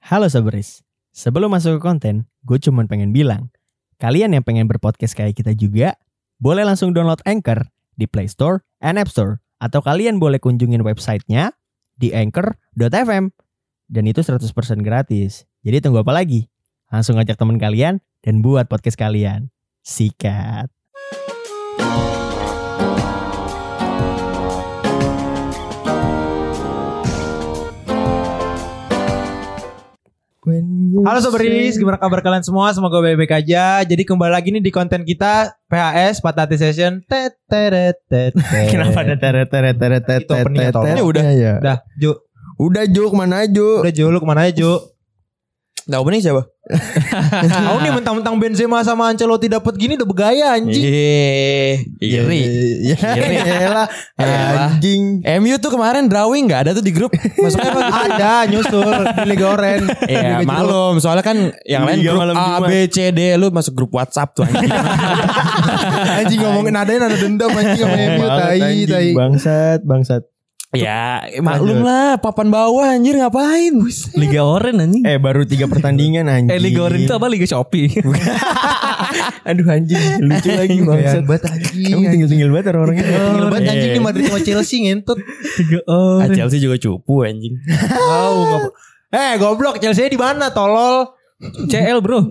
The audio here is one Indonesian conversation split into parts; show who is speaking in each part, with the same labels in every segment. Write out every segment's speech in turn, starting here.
Speaker 1: Halo Soberis, sebelum masuk ke konten, gue cuman pengen bilang, kalian yang pengen berpodcast kayak kita juga, boleh langsung download Anchor di Play Store and App Store, atau kalian boleh kunjungin websitenya di anchor.fm. Dan itu 100% gratis. Jadi tunggu apa lagi? Langsung ajak teman kalian dan buat podcast kalian. Sikat.
Speaker 2: Halo Soberis, gimana kabar kalian semua? Semoga baik-baik aja. Jadi kembali lagi nih di konten kita PHS Patati Session. Tet teret tet. tet.
Speaker 1: Kenapa ada teret teret teret teret
Speaker 2: Itu openingnya, tolong.
Speaker 1: teret?
Speaker 3: udah. ya.
Speaker 2: Dah, Ju.
Speaker 3: Udah Juk, mana Juk?
Speaker 2: Udah Ju, lu kemana aja Ju?
Speaker 3: Nah, opening siapa?
Speaker 2: Kau nih mentang-mentang Benzema sama Ancelotti dapat gini udah bergaya anjing.
Speaker 4: Iya, iri.
Speaker 3: Iya, Yalah,
Speaker 4: Yalah.
Speaker 3: anjing.
Speaker 4: MU tuh kemarin drawing nggak ada tuh di grup. Masuknya apa?
Speaker 2: Ada nyusul di Liga Oren.
Speaker 4: Iya malum Soalnya kan yang
Speaker 2: Iya,
Speaker 4: lain
Speaker 1: Liga
Speaker 4: grup
Speaker 1: malam
Speaker 4: A,
Speaker 1: Jumat.
Speaker 4: B, C, D Lu masuk grup Whatsapp tuh anjing.
Speaker 3: Anjing ngomongin nadain ada dendam anjing sama
Speaker 4: Eh,
Speaker 3: MU tai
Speaker 1: Anjing,
Speaker 3: tai.
Speaker 1: Bangsat, bangsat.
Speaker 4: Ya maklum lah Papan bawah anjir ngapain Buset.
Speaker 5: Liga Oren anjing.
Speaker 1: Eh baru tiga pertandingan anjing.
Speaker 5: Eh Liga Oren itu apa Liga Shopee?
Speaker 1: Aduh anjing, lucu lagi bangsat.
Speaker 2: Kayak banget anjing.
Speaker 1: Kamu tinggal-tinggal banget orangnya.
Speaker 2: Tinggal banget
Speaker 4: Iya.
Speaker 2: anjing di Madrid sama Chelsea ngentut.
Speaker 5: Liga
Speaker 4: Ah,
Speaker 5: Oren.
Speaker 4: Chelsea juga cupu anjing
Speaker 2: Tahu nggak? Eh goblok Chelsea di mana tolol?
Speaker 5: CL bro.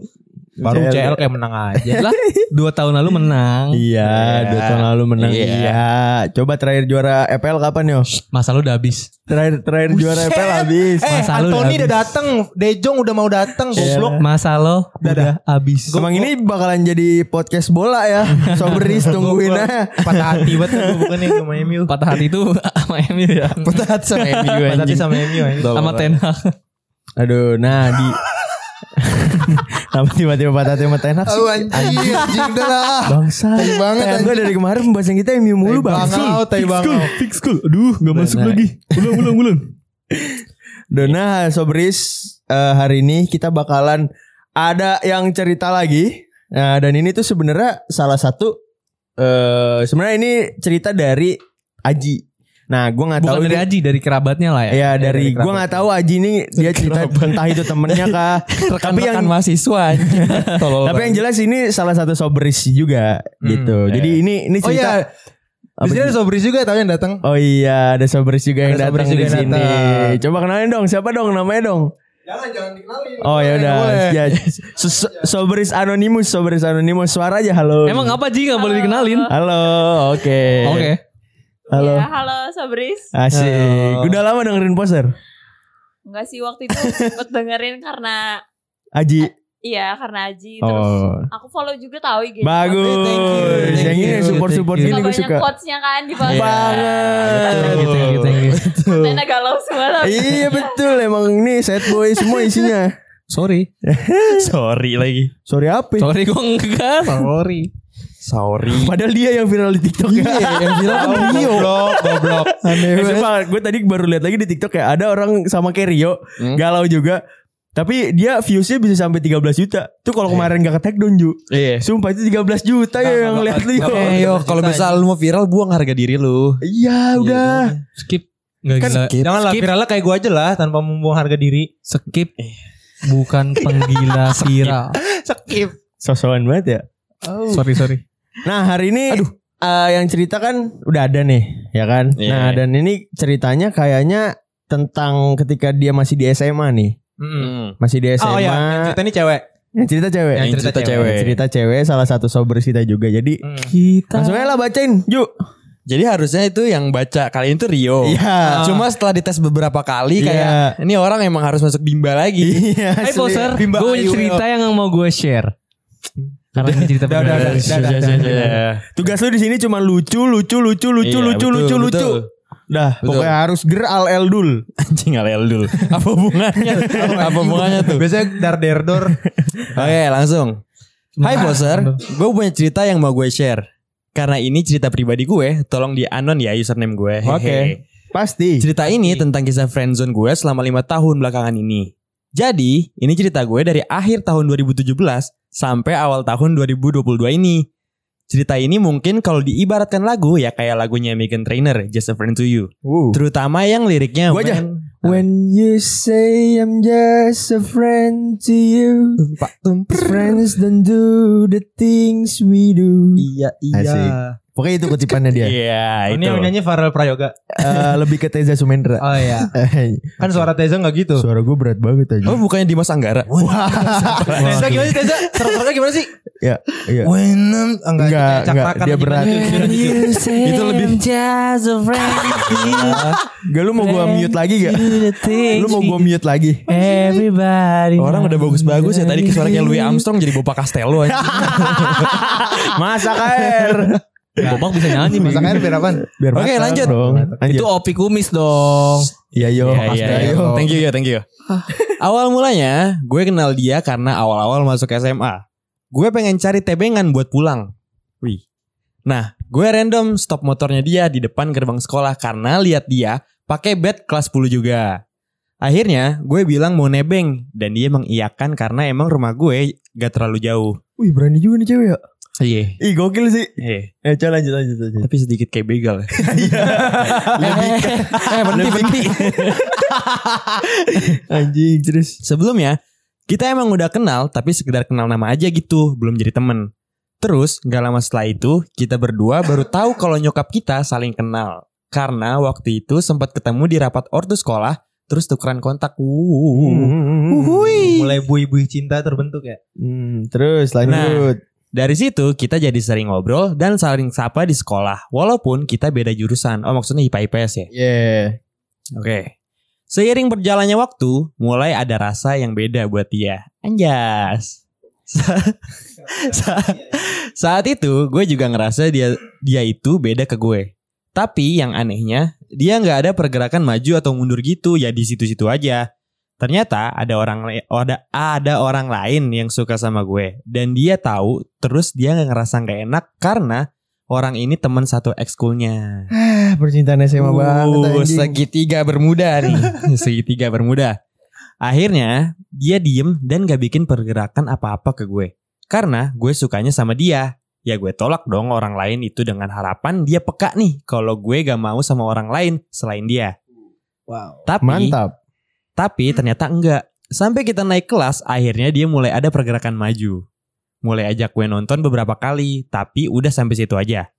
Speaker 2: Baru
Speaker 1: CL.
Speaker 2: CL kayak menang aja.
Speaker 5: Lah dua tahun lalu menang.
Speaker 1: Iya, dua tahun lalu menang.
Speaker 4: Iya.
Speaker 1: Iya. Coba terakhir juara EPL kapan yo?
Speaker 5: Masa lu udah habis.
Speaker 1: Terakhir terakhir juara EPL habis.
Speaker 2: Eh
Speaker 5: Masa lu
Speaker 2: Anthony
Speaker 5: udah
Speaker 2: udah dateng, Dejong udah mau dateng goblok.
Speaker 5: Masa lo udah habis.
Speaker 1: Emang ini bakalan jadi podcast bola ya. Sobris tungguin ya. aja.
Speaker 2: Patah hati banget kan gue bukan nih sama MU.
Speaker 5: Patah hati itu sama MU ya.
Speaker 4: Patah hati sama MU
Speaker 2: Patah hati
Speaker 4: anjing
Speaker 2: sama MU. anjing.
Speaker 5: Sama Ten Hag.
Speaker 1: Aduh, nah di Kenapa tiba-tiba patah tema tenak sih?
Speaker 3: Tahu anjing, anjing udah lah.
Speaker 1: Bangsa.
Speaker 3: Tai banget,
Speaker 1: Tangan gue dari kemarin pembahasan kita MU mulu
Speaker 3: Bang
Speaker 1: bangsa.
Speaker 3: Au, tai Bang Au.
Speaker 1: fix school. Aduh, gak masuk lagi. Ulang, ulang, ulang. Dona, Sobris, nah, eh, hari ini kita bakalan ada yang cerita lagi. Nah, dan ini tuh sebenarnya salah satu eh sebenarnya ini cerita dari Aji. Nah, gue nggak tahu
Speaker 5: Bukan dari
Speaker 1: ini-
Speaker 5: Aji dari kerabatnya lah ya.
Speaker 2: Iya,
Speaker 1: Ya dari,
Speaker 5: kerabat.
Speaker 1: gue nggak tahu Aji ini dia cerita entah itu temennya kah. tapi yang
Speaker 4: Rekan-rekan mahasiswa anjing Tolol
Speaker 5: Oh,
Speaker 1: tapi yang jelas ini salah satu Sobris juga gitu. Jadi ini ini
Speaker 2: Oh
Speaker 1: cerita.
Speaker 2: iya, di
Speaker 1: Apa
Speaker 2: sini ada Sobris juga tau yang datang.
Speaker 1: Oh iya, ada Sobris juga yang
Speaker 2: Ada
Speaker 1: datang
Speaker 2: Sobris
Speaker 1: di
Speaker 2: juga yang
Speaker 1: sini.
Speaker 2: datang.
Speaker 1: Coba kenalin dong, siapa dong namanya dong?
Speaker 3: Jangan jangan dikenalin.
Speaker 1: Oh ya udah,
Speaker 3: Boleh.
Speaker 1: ya so- so- Sobris Anonymous, Sobris Anonymous suara aja halo.
Speaker 5: Emang apa Ji gak boleh dikenalin?
Speaker 1: Halo, oke.
Speaker 2: Eh.
Speaker 5: Oke.
Speaker 1: Halo.
Speaker 6: Ya, halo Sobris.
Speaker 1: Asik. Udah lama dengerin poster.
Speaker 6: Enggak sih waktu itu sempet dengerin karena
Speaker 1: Aji.
Speaker 6: iya karena Aji terus Iya.
Speaker 1: Oh.
Speaker 6: aku follow juga tahu IG.
Speaker 1: Bagus.
Speaker 2: Thank you, thank
Speaker 1: Yang ini
Speaker 2: you,
Speaker 1: support-support
Speaker 2: thank
Speaker 6: Suka
Speaker 1: gini gue
Speaker 6: banyak
Speaker 1: suka. Iya.
Speaker 6: quotes-nya kan di bawah.
Speaker 1: Banget.
Speaker 5: Thank you, thank you, thank you.
Speaker 6: Kontennya galau semua tapi.
Speaker 1: Iya betul emang ini sad boy semua isinya.
Speaker 5: Sorry.
Speaker 4: Sorry lagi
Speaker 1: Sorry apa?
Speaker 5: Sorry gue enggak. Sorry.
Speaker 4: Sorry
Speaker 1: Padahal dia yang viral di TikTok ya.
Speaker 5: Eh,
Speaker 2: Yang bilang kan Rio. Goblok, goblok.
Speaker 1: Eh, sumpah, gue tadi baru lihat lagi di TikTok ya ada orang sama kayak Rio
Speaker 4: Hmm?
Speaker 1: galau juga. Tapi dia viewsnya bisa sampai 13 juta. Tuh
Speaker 4: Eh.
Speaker 1: kalau kemarin gak ke take down Ju.
Speaker 4: Iya
Speaker 1: Sumpah itu 13 juta ya yang lihat lu. Yo.
Speaker 4: Eh yo kalau misal lu mau viral buang harga diri lu
Speaker 1: Iya udah.
Speaker 5: Skip. Gak gila.
Speaker 2: Jangan lah
Speaker 5: Kan Skip.
Speaker 2: viralnya kayak gue aja lah tanpa membuang harga diri. Eh.
Speaker 5: Skip. Bukan penggila viral.
Speaker 2: Skip.
Speaker 1: Sosokan banget ya.
Speaker 5: Sorry, sorry.
Speaker 1: Nah hari ini eh, yang cerita kan udah ada nih ya kan.
Speaker 4: Iya.
Speaker 1: Nah dan ini ceritanya kayaknya tentang ketika dia masih di SMA nih. Masih di SMA.
Speaker 2: Oh iya, yang cerita ini cewek.
Speaker 1: Yang cerita cewek.
Speaker 2: Yang cerita
Speaker 1: Yang cerita cewek salah satu sobris kita juga. Jadi
Speaker 2: Hmm. Kan
Speaker 5: Kita.
Speaker 1: langsung aja lah bacain. Yuk.
Speaker 4: Jadi harusnya itu yang baca kali ini tuh Rio.
Speaker 1: Iya.
Speaker 4: Cuma setelah dites beberapa kali
Speaker 1: Iya.
Speaker 4: kayak ini orang emang harus masuk bimba lagi.
Speaker 1: Iya.
Speaker 5: Hai
Speaker 1: asli.
Speaker 5: poser,
Speaker 2: Bimba
Speaker 5: gue punya
Speaker 2: Ayu,
Speaker 5: cerita yang mau gue share. Karena ini cerita
Speaker 2: Udah, udah,
Speaker 1: Iya,
Speaker 5: beneran.
Speaker 4: Iya,
Speaker 2: udah, udah, udah, udah.
Speaker 1: Tugas lu di sini cuma lucu, lucu, lucu, lucu,
Speaker 4: Iya,
Speaker 1: lucu,
Speaker 4: betul,
Speaker 1: lucu,
Speaker 4: betul.
Speaker 1: lucu. Dah,
Speaker 4: Betul.
Speaker 1: pokoknya harus ger al eldul.
Speaker 4: Anjing alel dul. Apa hubungannya? Apa hubungannya tuh?
Speaker 2: Biasanya dar der dor.
Speaker 4: Oke, langsung. Hai
Speaker 1: Nah,
Speaker 4: poser, gue punya cerita yang mau gue share. Karena ini cerita pribadi gue, tolong di anon ya username gue.
Speaker 1: Oke.
Speaker 4: Hehe.
Speaker 1: Pasti.
Speaker 4: Cerita ini tentang kisah friendzone gue selama lima tahun belakangan ini. Jadi, ini cerita gue dari akhir tahun 2017 sampai awal tahun 2022 ini. Cerita ini mungkin kalau diibaratkan lagu ya kayak lagunya Megan Trainor, Just a Friend to You.
Speaker 1: Uh.
Speaker 4: Terutama yang liriknya
Speaker 1: Gua aja.
Speaker 4: "When-
Speaker 2: When you say I'm just a friend to you, friends don't do the things we do.
Speaker 4: Iya iya.
Speaker 2: Asik. Pokoknya itu kutipannya dia.
Speaker 7: Ini
Speaker 4: Iya itu.
Speaker 7: yang nyanyi Farel Prayoga.
Speaker 2: Eh, lebih ke Teza Sumendra.
Speaker 7: Oh iya.
Speaker 2: Eh,
Speaker 7: Kan suara Teza gak gitu.
Speaker 2: Suara gue berat banget aja.
Speaker 4: Oh bukannya Dimas Anggara?
Speaker 7: Teza gimana sih Teza? Suara-suaranya gimana sih?
Speaker 2: Ya, iya.
Speaker 7: When I'm kayak
Speaker 2: Enggak, enggak,
Speaker 7: cakrakan
Speaker 2: dia
Speaker 7: gitu,
Speaker 2: berat.
Speaker 7: gitu, gitu.
Speaker 4: Itu lebih
Speaker 2: Gak lu mau gue mute lagi gak? Lu mau gue mute lagi?
Speaker 4: Orang udah bagus-bagus ya tadi suaranya Louis Armstrong jadi Bopak Castello aja.
Speaker 2: Masak air.
Speaker 5: Bopak bisa nyanyi Mas.
Speaker 2: air biar apa? Biar
Speaker 4: Oke,
Speaker 2: masak
Speaker 4: lanjut.
Speaker 2: dong.
Speaker 5: Itu opi kumis dong.
Speaker 2: Iya yo.
Speaker 4: Iya, iya, iya. Thank you ya, thank you. awal mulanya gue kenal dia karena awal-awal masuk SMA. Gue pengen cari tebengan buat pulang. Wih. Nah, gue random stop motornya dia di depan gerbang sekolah karena lihat dia pakai bed kelas 10 juga. Akhirnya gue bilang mau nebeng dan dia mengiyakan karena emang rumah gue gak terlalu jauh.
Speaker 2: Wih berani juga nih cewek ya.
Speaker 4: Iya.
Speaker 2: Ih gokil sih.
Speaker 4: Iya.
Speaker 2: Eh coba lanjut lanjut lanjut.
Speaker 4: Tapi sedikit kayak begal ya.
Speaker 2: Lebih ke-
Speaker 4: eh, berhenti, berhenti.
Speaker 2: anjing terus.
Speaker 4: Sebelumnya, kita emang udah kenal tapi sekedar kenal nama aja gitu, belum jadi temen. Terus, gak lama setelah itu, kita berdua baru tahu kalau nyokap kita saling kenal. Karena waktu itu sempat ketemu di rapat ortu sekolah, terus tukeran kontak. Wuh. Uhuy.
Speaker 7: Mulai bui-bui cinta terbentuk ya.
Speaker 2: Hmm, terus lanjut.
Speaker 4: Dari situ, kita jadi sering ngobrol dan saling sapa di sekolah. Walaupun kita beda jurusan. Oh, maksudnya IPA-IPS ya?
Speaker 2: Yeah.
Speaker 4: Oke. Seiring berjalannya waktu, mulai ada rasa yang beda buat dia. Anjas. Sa- sa- saat itu gue juga ngerasa dia dia itu beda ke gue. Tapi yang anehnya, dia nggak ada pergerakan maju atau mundur gitu, ya di situ-situ aja. Ternyata ada orang lai- ada ada orang lain yang suka sama gue dan dia tahu terus dia nggak ngerasa nggak enak karena orang ini teman satu ekskulnya.
Speaker 2: Ah, percintaan SMA banget
Speaker 4: Uh,
Speaker 2: anjing.
Speaker 4: segitiga bermuda nih. segitiga bermuda. Akhirnya dia diem dan gak bikin pergerakan apa-apa ke gue. Karena gue sukanya sama dia. Ya gue tolak dong orang lain itu dengan harapan dia peka nih kalau gue gak mau sama orang lain selain dia.
Speaker 7: Wow.
Speaker 4: Tapi
Speaker 2: Mantap.
Speaker 4: tapi ternyata enggak. Sampai kita naik kelas, akhirnya dia mulai ada pergerakan maju. Mulai ajak gue nonton beberapa kali, tapi udah sampai situ aja.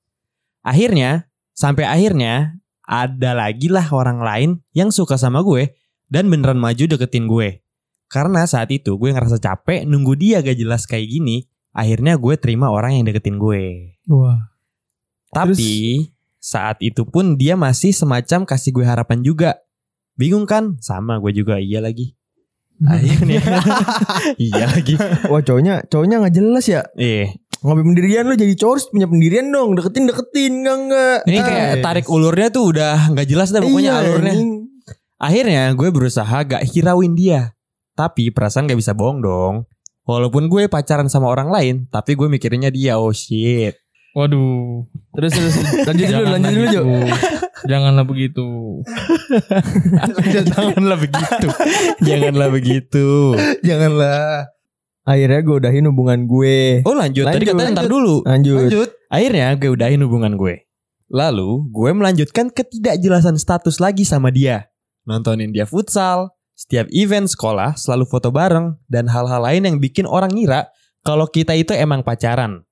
Speaker 4: Akhirnya, sampai akhirnya, ada lagi lah orang lain yang suka sama gue dan beneran maju deketin gue. Karena saat itu gue ngerasa capek nunggu dia gak jelas kayak gini, akhirnya gue terima orang yang deketin gue.
Speaker 5: Wah.
Speaker 4: Tapi saat itu pun dia masih semacam kasih gue harapan juga. Bingung kan? Sama gue juga iya lagi. Akhirnya iya lagi.
Speaker 2: Wah cowoknya cowoknya nggak jelas ya.
Speaker 4: Eh,
Speaker 2: Ngopi pendirian lu jadi cowok harus punya pendirian dong. Deketin deketin enggak enggak.
Speaker 4: ini kayak tarik ulurnya tuh udah nggak jelas dah pokoknya
Speaker 2: Iya,
Speaker 4: alurnya. Akhirnya gue berusaha gak hirauin dia. Tapi perasaan gak bisa bohong dong. Walaupun gue pacaran sama orang lain, tapi gue mikirinnya dia. Oh shit.
Speaker 5: Waduh.
Speaker 2: Terus terus lanjut dulu
Speaker 5: Janganlah
Speaker 2: lanjut dulu Jo.
Speaker 5: gitu. Janganlah begitu.
Speaker 4: Janganlah begitu. Janganlah begitu.
Speaker 2: Janganlah. Akhirnya gue udahin hubungan gue.
Speaker 4: Oh lanjut. Tadi
Speaker 2: Lanjut,
Speaker 4: katanya ntar
Speaker 2: lanjut.
Speaker 4: dulu.
Speaker 2: Lanjut.
Speaker 4: Akhirnya gue udahin hubungan gue. Lalu gue melanjutkan ketidakjelasan status lagi sama dia. Nontonin dia futsal, setiap event sekolah selalu foto bareng, dan hal-hal lain yang bikin orang ngira kalau kita itu emang pacaran.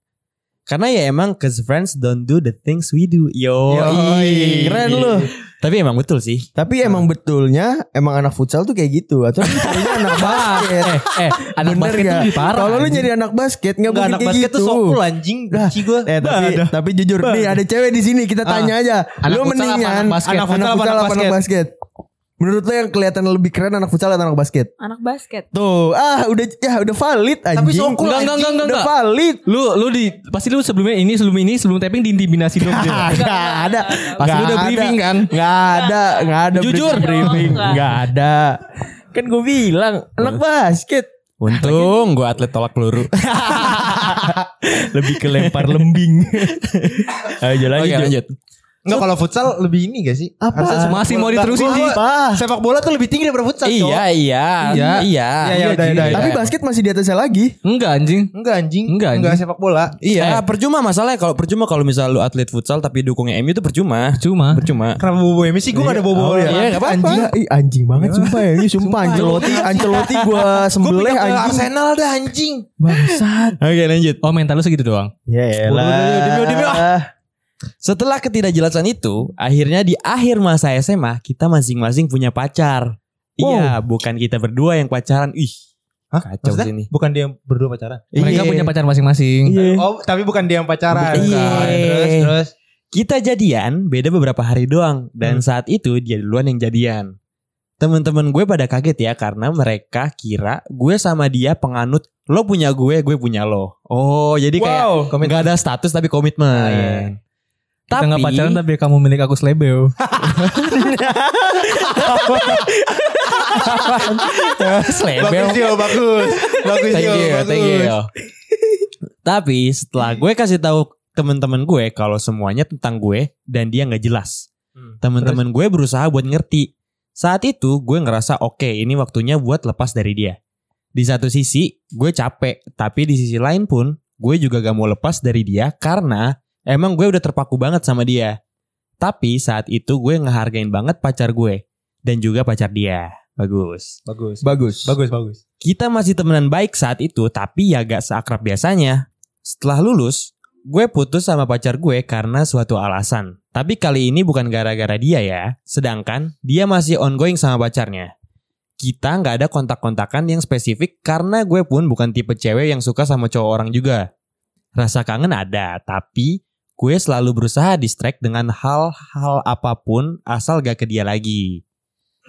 Speaker 4: Karena ya emang cause friends don't do the things we do. Yo,
Speaker 2: Yoi, keren lu.
Speaker 4: Tapi emang betul sih.
Speaker 2: Tapi emang betulnya emang anak futsal tuh kayak gitu atau lu carinya anak basket.
Speaker 5: Eh, eh, anak basket
Speaker 2: Bener nggak?
Speaker 5: tuh lebih parah.
Speaker 2: Kalau lu
Speaker 5: anjing.
Speaker 2: nyari anak basket nggak
Speaker 7: Enggak
Speaker 2: mungkin
Speaker 7: anak
Speaker 2: kayak
Speaker 7: basket
Speaker 2: gitu.
Speaker 7: tuh sokul anjing. Benci gue.
Speaker 2: Eh tapi tapi jujur nih ada cewek di sini kita tanya aja.
Speaker 5: Anak
Speaker 2: lu
Speaker 5: futsal apa
Speaker 2: mendingan
Speaker 5: Ah. anak basket?
Speaker 2: anak futsal apa anak, basket? Menurut lu yang kelihatan lebih keren anak futsal atau anak basket?
Speaker 6: Anak basket.
Speaker 2: Tuh, ah udah ya udah valid anjing.
Speaker 7: Tapi sokul
Speaker 5: Enggak, enggak,
Speaker 7: anjing.
Speaker 5: enggak, enggak,
Speaker 2: Udah
Speaker 5: enggak.
Speaker 2: valid.
Speaker 5: Lu lu di pasti lu sebelumnya ini sebelum ini sebelum taping diintimidasi dong. Jo.
Speaker 2: Enggak ada.
Speaker 5: Pasti lu udah briefing kan?
Speaker 2: Enggak ada, enggak ada
Speaker 5: Jujur.
Speaker 2: briefing.
Speaker 6: Enggak.
Speaker 2: Enggak ada. Kan gue bilang anak basket.
Speaker 4: Untung gue atlet tolak peluru.
Speaker 2: Lebih ke lempar lembing. Ayo
Speaker 4: Oke,
Speaker 2: lanjut.
Speaker 4: lanjut.
Speaker 5: Enggak kalau futsal lebih ini gak sih?
Speaker 2: Apa?
Speaker 5: Harusnya
Speaker 8: Masih mau
Speaker 5: Enggak,
Speaker 8: diterusin,
Speaker 5: gua-
Speaker 8: Ji.
Speaker 5: gua- Sepak bola tuh lebih tinggi daripada futsal.
Speaker 4: Iya,
Speaker 5: cowok.
Speaker 4: iya,
Speaker 5: Iya.
Speaker 4: iya,
Speaker 5: Iya, iya, udah, udah,
Speaker 2: Tapi
Speaker 5: udah.
Speaker 2: basket masih di atasnya lagi.
Speaker 8: Enggak anjing.
Speaker 5: Enggak anjing.
Speaker 8: Enggak,
Speaker 5: Enggak
Speaker 8: anjing.
Speaker 5: sepak bola.
Speaker 4: Iya, percuma masalahnya kalau percuma kalau misal lu atlet futsal tapi dukungnya MU itu percuma.
Speaker 8: Cuma.
Speaker 4: Percuma.
Speaker 5: Kenapa bobo Emi sih? Gue gak ada bobo
Speaker 4: Oh,
Speaker 5: ya.
Speaker 4: iya, gak apa-apa.
Speaker 2: Anjing, ih, anjing banget sumpah ya. Ini sumpah Ancelotti, Ancelotti gua
Speaker 5: Gue
Speaker 2: sembelih
Speaker 5: pindah ke
Speaker 2: anjing.
Speaker 5: Arsenal dah anjing.
Speaker 2: Bangsat.
Speaker 4: Oke, lanjut.
Speaker 8: Oh mental lu segitu doang.
Speaker 4: Waduh,
Speaker 2: Ya
Speaker 4: demi, demi, Setelah ketidakjelasan itu, akhirnya di akhir masa SMA kita masing-masing punya pacar. Iya, bukan kita berdua yang pacaran. Ih,
Speaker 5: Hah?
Speaker 4: kacau
Speaker 5: Maksudnya?
Speaker 4: sini.
Speaker 5: Bukan dia yang berdua pacaran.
Speaker 8: Mereka
Speaker 4: Iya.
Speaker 8: punya pacar masing-masing.
Speaker 2: Iya.
Speaker 5: Oh, tapi bukan dia yang pacaran.
Speaker 4: Bukan.
Speaker 5: Terus, terus.
Speaker 4: Kita jadian beda beberapa hari doang dan saat itu dia duluan yang jadian. Teman-teman gue pada kaget ya karena mereka kira gue sama dia penganut lo punya gue, gue punya lo. Oh, jadi kayak
Speaker 5: Komen
Speaker 4: nggak ada status tapi komitmen.
Speaker 5: Ah, iya.
Speaker 8: Kita
Speaker 4: Tapi
Speaker 8: nggak pacaran tapi kamu milik aku selebeo.
Speaker 5: Bagus yo, bagus. Bagus
Speaker 4: thank
Speaker 5: yo,
Speaker 4: you,
Speaker 5: bagus.
Speaker 4: thank you. Tapi setelah gue kasih tahu teman-teman gue kalau semuanya tentang gue dan dia nggak jelas.
Speaker 5: Hmm.
Speaker 4: Teman-teman gue berusaha buat ngerti. Saat itu gue ngerasa oke, ini waktunya buat lepas dari dia. Di satu sisi gue capek, tapi di sisi lain pun gue juga gak mau lepas dari dia karena emang gue udah terpaku banget sama dia. Tapi saat itu gue ngehargain banget pacar gue dan juga pacar dia. Bagus.
Speaker 5: Bagus.
Speaker 2: Bagus.
Speaker 5: Bagus, bagus.
Speaker 4: Kita masih temenan baik saat itu, tapi ya gak seakrab biasanya. Setelah lulus, gue putus sama pacar gue karena suatu alasan. Tapi kali ini bukan gara-gara dia ya, sedangkan dia masih ongoing sama pacarnya. Kita nggak ada kontak-kontakan yang spesifik karena gue pun bukan tipe cewek yang suka sama cowok orang juga. Rasa kangen ada, tapi gue selalu berusaha distract dengan hal-hal apapun asal gak ke dia lagi.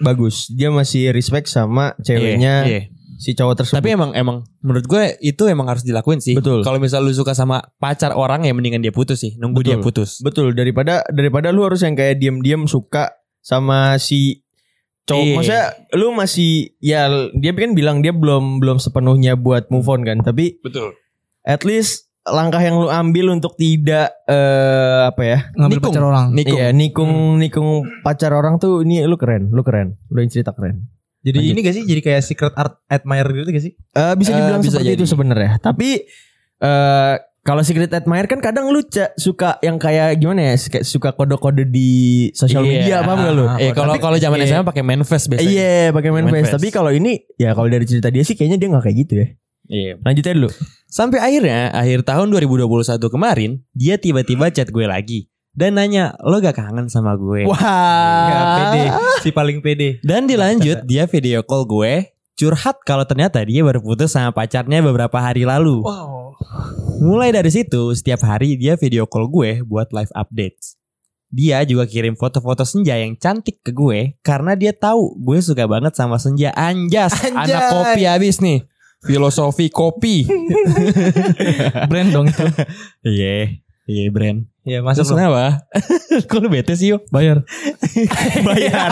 Speaker 2: Bagus. Dia masih respect sama ceweknya
Speaker 4: Iya, iya.
Speaker 2: si cowok tersebut.
Speaker 4: Tapi emang emang menurut gue itu emang harus dilakuin sih.
Speaker 2: Betul.
Speaker 4: Kalau misal lu suka sama pacar orang ya mendingan dia putus sih, nunggu
Speaker 2: Betul.
Speaker 4: dia putus.
Speaker 2: Betul daripada daripada lu harus yang kayak diam-diam suka sama si cowok.
Speaker 4: Iya.
Speaker 2: Maksudnya lu masih ya dia kan bilang dia belum belum sepenuhnya buat move on kan, tapi
Speaker 4: Betul.
Speaker 2: at least langkah yang lu ambil untuk tidak eh apa ya?
Speaker 8: Ngambil
Speaker 4: Nikung.
Speaker 8: pacar orang.
Speaker 4: Nikung. Hmm.
Speaker 2: Iya, nikung nikung pacar orang tuh ini lu keren, lu keren. Lu yang cerita keren.
Speaker 5: Jadi
Speaker 4: Lanjut.
Speaker 5: ini gak sih jadi kayak secret art admirer gitu gak sih?
Speaker 2: Eh bisa
Speaker 4: Eh,
Speaker 2: dibilang
Speaker 4: bisa
Speaker 2: seperti
Speaker 4: jadi.
Speaker 2: itu sebenarnya. Tapi eh kalau secret admirer kan kadang lu Ca, suka yang kayak gimana ya? Kayak Suka kode-kode di sosial media apa enggak lu?
Speaker 4: Iya, kalau
Speaker 2: Tapi-
Speaker 4: kalau zaman
Speaker 2: iya.
Speaker 4: SMA pakai manifest biasanya.
Speaker 2: Iya, pakai main
Speaker 4: Main
Speaker 2: face.
Speaker 4: face.
Speaker 2: Tapi kalau ini ya kalau dari cerita dia sih kayaknya dia nggak kayak gitu ya.
Speaker 4: Iya.
Speaker 2: Lanjut aja dulu.
Speaker 4: Sampai akhirnya akhir tahun 2021 kemarin, dia tiba-tiba chat gue lagi dan nanya, "Lo gak kangen sama gue?"
Speaker 5: Nggak, pede.
Speaker 2: Wah.
Speaker 5: Si paling pede.
Speaker 4: Ah. Dan dilanjut dia video call gue curhat kalau ternyata dia baru putus sama pacarnya beberapa hari lalu.
Speaker 5: Wow.
Speaker 4: Mulai dari situ, setiap hari dia video call gue buat live updates. Dia juga kirim foto-foto senja yang cantik ke gue karena dia tahu gue suka banget sama senja anjas.
Speaker 5: Anjay.
Speaker 4: Anak kopi habis nih. Filosofi kopi.
Speaker 8: Brand dong itu.
Speaker 4: Iya. Iya, brand.
Speaker 5: Ya
Speaker 4: Masuk
Speaker 5: masuk
Speaker 4: kenapa? Kok lu bete sih, yo?
Speaker 8: Bayar.
Speaker 2: bayar.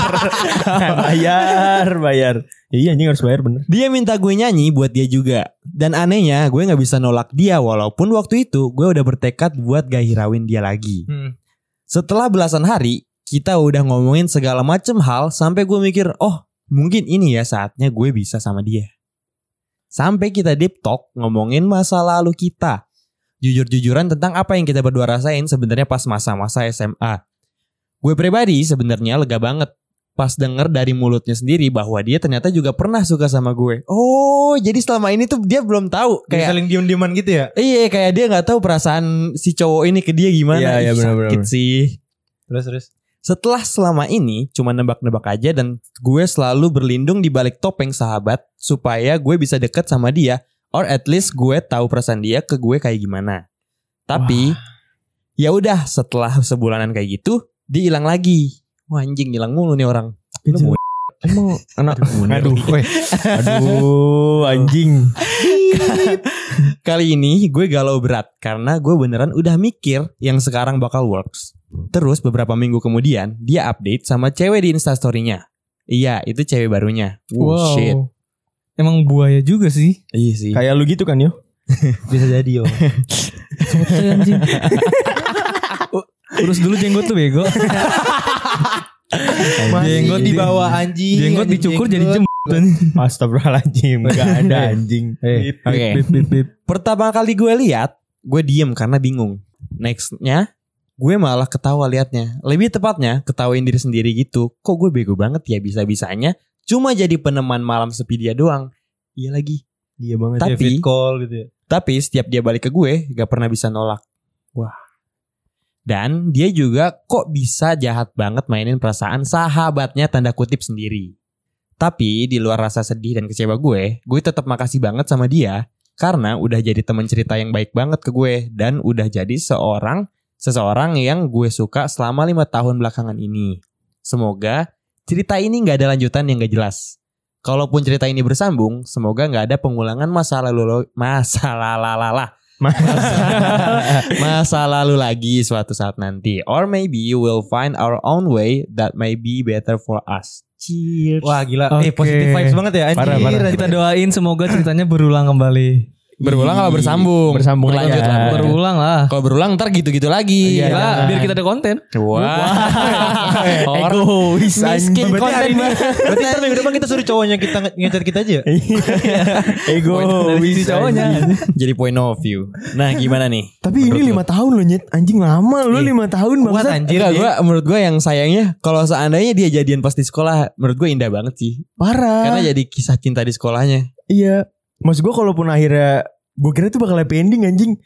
Speaker 2: bayar, bayar. Iya anjing harus bayar bener.
Speaker 4: Dia minta gue nyanyi buat dia juga. Dan anehnya, gue nggak bisa nolak dia walaupun waktu itu gue udah bertekad buat gak hirauin dia lagi.
Speaker 5: Hmm.
Speaker 4: Setelah belasan hari, kita udah ngomongin segala macem hal sampai gue mikir, oh mungkin ini ya saatnya gue bisa sama dia. Sampai kita deep talk ngomongin masa lalu kita. Jujur-jujuran tentang apa yang kita berdua rasain sebenarnya pas masa-masa SMA. Gue pribadi sebenarnya lega banget pas denger dari mulutnya sendiri bahwa dia ternyata juga pernah suka sama gue. Oh, jadi selama ini tuh dia belum tahu
Speaker 5: Kayak
Speaker 4: kayak
Speaker 5: saling diem-dieman gitu ya.
Speaker 4: Iya kayak dia nggak tahu perasaan si cowok ini ke dia gimana.
Speaker 2: Iya, iya,
Speaker 4: Ih,
Speaker 2: benar-benar.
Speaker 4: sakit sih.
Speaker 5: Terus terus.
Speaker 4: Setelah selama ini cuma nebak-nebak aja dan gue selalu berlindung di balik topeng sahabat supaya gue bisa deket sama dia or at least gue tahu perasaan dia ke gue kayak gimana. Tapi ya udah setelah sebulanan kayak gitu dia hilang lagi. Wah anjing hilang mulu nih orang. Lu mau- Iya.
Speaker 2: Emang anak
Speaker 4: Aduh.
Speaker 2: weh. Aduh, anjing.
Speaker 4: Kali ini gue galau berat karena gue beneran udah mikir yang sekarang bakal works. Terus beberapa minggu kemudian dia update sama cewek di instastorynya. Iya itu cewek barunya. Oh shit.
Speaker 8: Emang buaya juga sih.
Speaker 4: Iya sih.
Speaker 2: Kayak lu gitu kan yo.
Speaker 5: Bisa jadi yo. Urus dulu jenggot lu bego.
Speaker 1: Jenggot di bawah anjing.
Speaker 5: Jenggot
Speaker 2: Iya,
Speaker 1: anjing
Speaker 5: dicukur jadi
Speaker 1: jenggot.
Speaker 5: jem.
Speaker 2: Astagfirullahaladzim Gak ada anjing
Speaker 5: Eh,
Speaker 4: Oke. Pertama kali gue lihat, gue diem karena bingung. Nextnya, gue malah ketawa liatnya. Lebih tepatnya, ketawain diri sendiri gitu. Kok gue bego banget ya bisa-bisanya? Cuma jadi peneman malam sepi dia doang. Iya lagi.
Speaker 2: Dia banget
Speaker 1: Dia
Speaker 4: Tapi,
Speaker 1: fit call gitu ya.
Speaker 4: tapi setiap dia balik ke gue, gak pernah bisa nolak. Wah. Dan dia juga kok bisa jahat banget mainin perasaan sahabatnya tanda kutip sendiri. Tapi di luar rasa sedih dan kecewa gue, gue tetap makasih banget sama dia karena udah jadi teman cerita yang baik banget ke gue dan udah jadi seorang seseorang yang gue suka selama lima tahun belakangan ini. Semoga cerita ini nggak ada lanjutan yang gak jelas. Kalaupun cerita ini bersambung, semoga nggak ada pengulangan masa lalu lo- masa lalalala. masa lalu lagi suatu saat nanti. Or maybe you will find our own way that may be better for us. Cheers.
Speaker 1: Wah gila. Eh
Speaker 5: Oke.
Speaker 1: positif vibes banget ya. Anjir.
Speaker 2: Parah, parah.
Speaker 5: Kita doain semoga ceritanya berulang kembali.
Speaker 4: berulang apa bersambung?
Speaker 2: Bersambung
Speaker 4: Berlanjut
Speaker 2: aja.
Speaker 4: lah. Berulang.
Speaker 5: Berulang lah.
Speaker 4: Kalau berulang ntar gitu-gitu lagi.
Speaker 5: Iya, biar kita ada konten.
Speaker 4: Wah. Orang
Speaker 2: Eh, Egois
Speaker 4: miskin
Speaker 2: anjing.
Speaker 4: konten banget.
Speaker 1: Berarti ntar minggu depan kita suruh cowoknya kita nge- ngecat kita aja. ya?
Speaker 2: Iya. Egois
Speaker 5: cowoknya.
Speaker 4: Jadi point of view. Nah gimana nih?
Speaker 2: Tapi ini
Speaker 4: Menurut
Speaker 2: lima tahun loh nyet Anjing lama
Speaker 4: Iya.
Speaker 2: Lu lima tahun
Speaker 1: Kuat
Speaker 2: bangsa
Speaker 1: anjir.
Speaker 4: Enggak,
Speaker 1: dia.
Speaker 4: gue menurut gue yang sayangnya kalau seandainya dia jadian pas di sekolah, menurut gue indah banget sih.
Speaker 2: Parah
Speaker 4: Karena ya- jadi kisah cinta di sekolahnya.
Speaker 2: Iya Maksud gue kalaupun akhirnya Gue kira itu bakal happy ending anjing